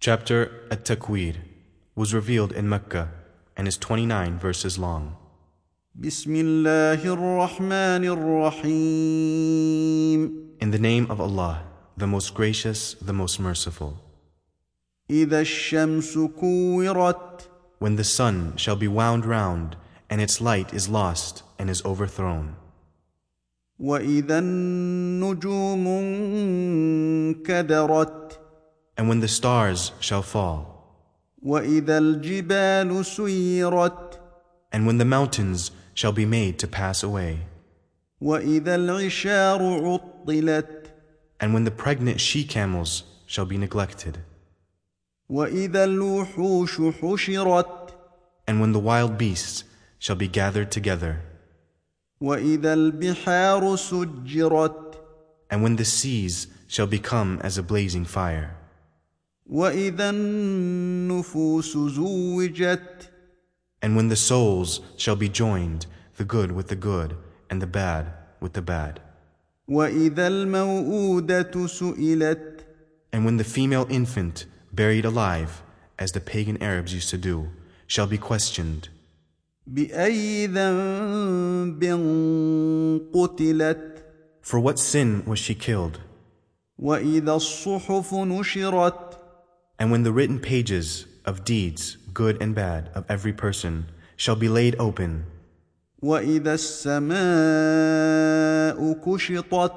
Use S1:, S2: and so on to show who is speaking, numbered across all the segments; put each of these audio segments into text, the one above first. S1: Chapter At Taqweed was revealed in Mecca and is 29 verses long.
S2: بسم الله الرحمن الرحيم
S1: In the name of Allah, the most gracious, the most merciful.
S2: إذا الشمس كورت
S1: When the sun shall be wound round, and its light is lost and is overthrown,
S2: وإذا النجوم انكدرت
S1: and when the stars shall fall,
S2: وإذا الجبال سيرت
S1: and when the mountains shall be made to pass away,
S2: وإذا العشار عطلت
S1: and when the pregnant she camels shall be neglected,
S2: وإذا الوحوش حشرت
S1: and when the wild beasts shall be gathered together,
S2: وإذا البحار سجرت
S1: and when the seas shall become as a blazing fire,
S2: وإذا النفوس زوجت
S1: and when the souls shall be joined, the good with the good, and the bad with the bad.
S2: وإذا الموءودة سئلت
S1: And when the female infant, buried alive, as the pagan Arabs used to do, shall be questioned,
S2: بأي ذنب قتلت
S1: For what sin was she killed?
S2: وإذا الصحف نشرت
S1: And when the written pages of deeds, good and bad, of every person shall be laid open,
S2: وإذا السماء كشطت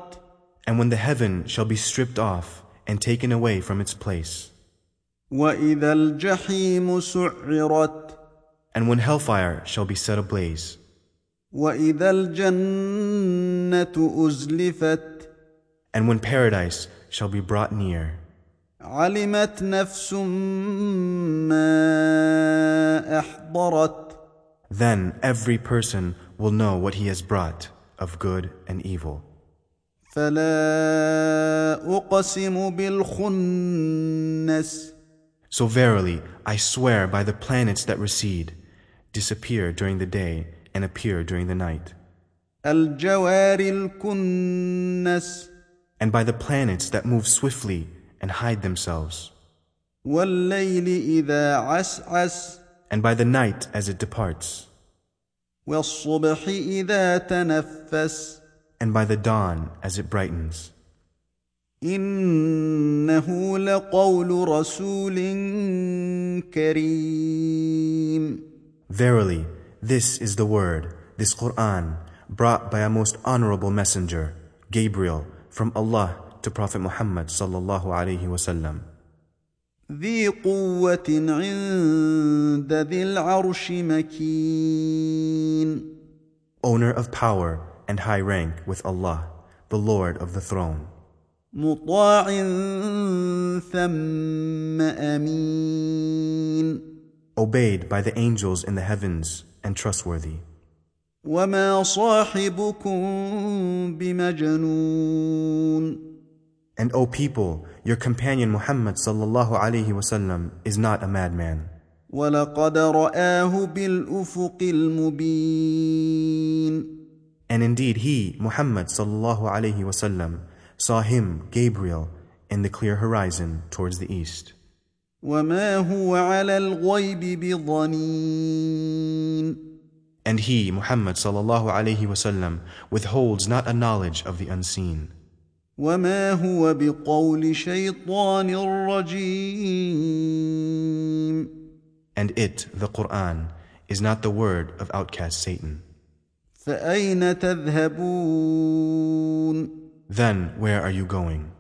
S1: and when the heaven shall be stripped off and taken away from its place,
S2: وإذا الجحيم سعرت
S1: and when hellfire shall be set ablaze,
S2: وإذا الجنة أزلفت
S1: and when paradise shall be brought near,
S2: علمت نفس ما أحضرت
S1: then every person will know what he has brought of good and evil.
S2: فلا أقسم بالخنس
S1: So verily, I swear by the planets that recede, disappear during the day and appear during the night,
S2: الجوار الكنس
S1: and by the planets that move swiftly and hide themselves,
S2: والليل إذا عسعس
S1: and by the night as it departs,
S2: والصبح إذا تنفس
S1: and by the dawn as it brightens,
S2: إنه لقول رسول كريم
S1: Verily, this is the word, this Quran, brought by a most honorable messenger, Gabriel, from Allah to Prophet Muhammad sallallahu alaihi wasallam,
S2: ذي قوة عند ذي العرش مكين
S1: owner of power and high rank with Allah, the Lord of the throne,
S2: مطاع ثم أمين
S1: obeyed by the angels in the heavens and trustworthy.
S2: وما صاحبكم بمجنون
S1: And O people, your companion Muhammad sallallahu alaihi wasallam is not a madman,
S2: ولقد رآه بالأفق المبين
S1: and indeed he, Muhammad sallallahu alaihi wasallam, saw him, Gabriel, in the clear horizon towards the east.
S2: وما هو على الغيب بضنين
S1: And he, Muhammad sallallahu alaihi wasallam, withholds not a knowledge of the unseen,
S2: وما هو بقول شيطان رجيم
S1: and it, the Quran, is not the word of outcast Satan.
S2: فأين تذهبون
S1: Then where are you going?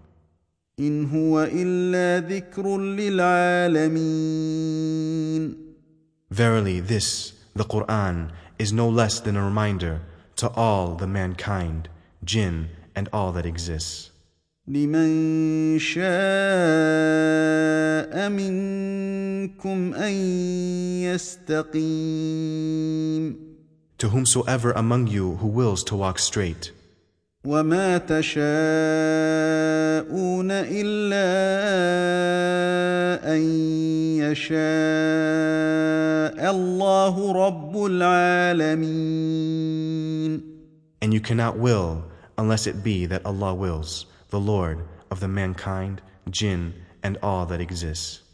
S2: إن هو إلا ذكر للعالمين
S1: Verily, this, the Quran, is no less than a reminder to all the mankind, jinn, and all that exists,
S2: لمن شاء منكم أن يستقيم
S1: to whomsoever among you who wills to walk straight,
S2: وما تشاءون إلا أن يشاء الله رب العالمين
S1: and you cannot will unless it be that Allah wills, the Lord of the mankind, jinn, and all that exists.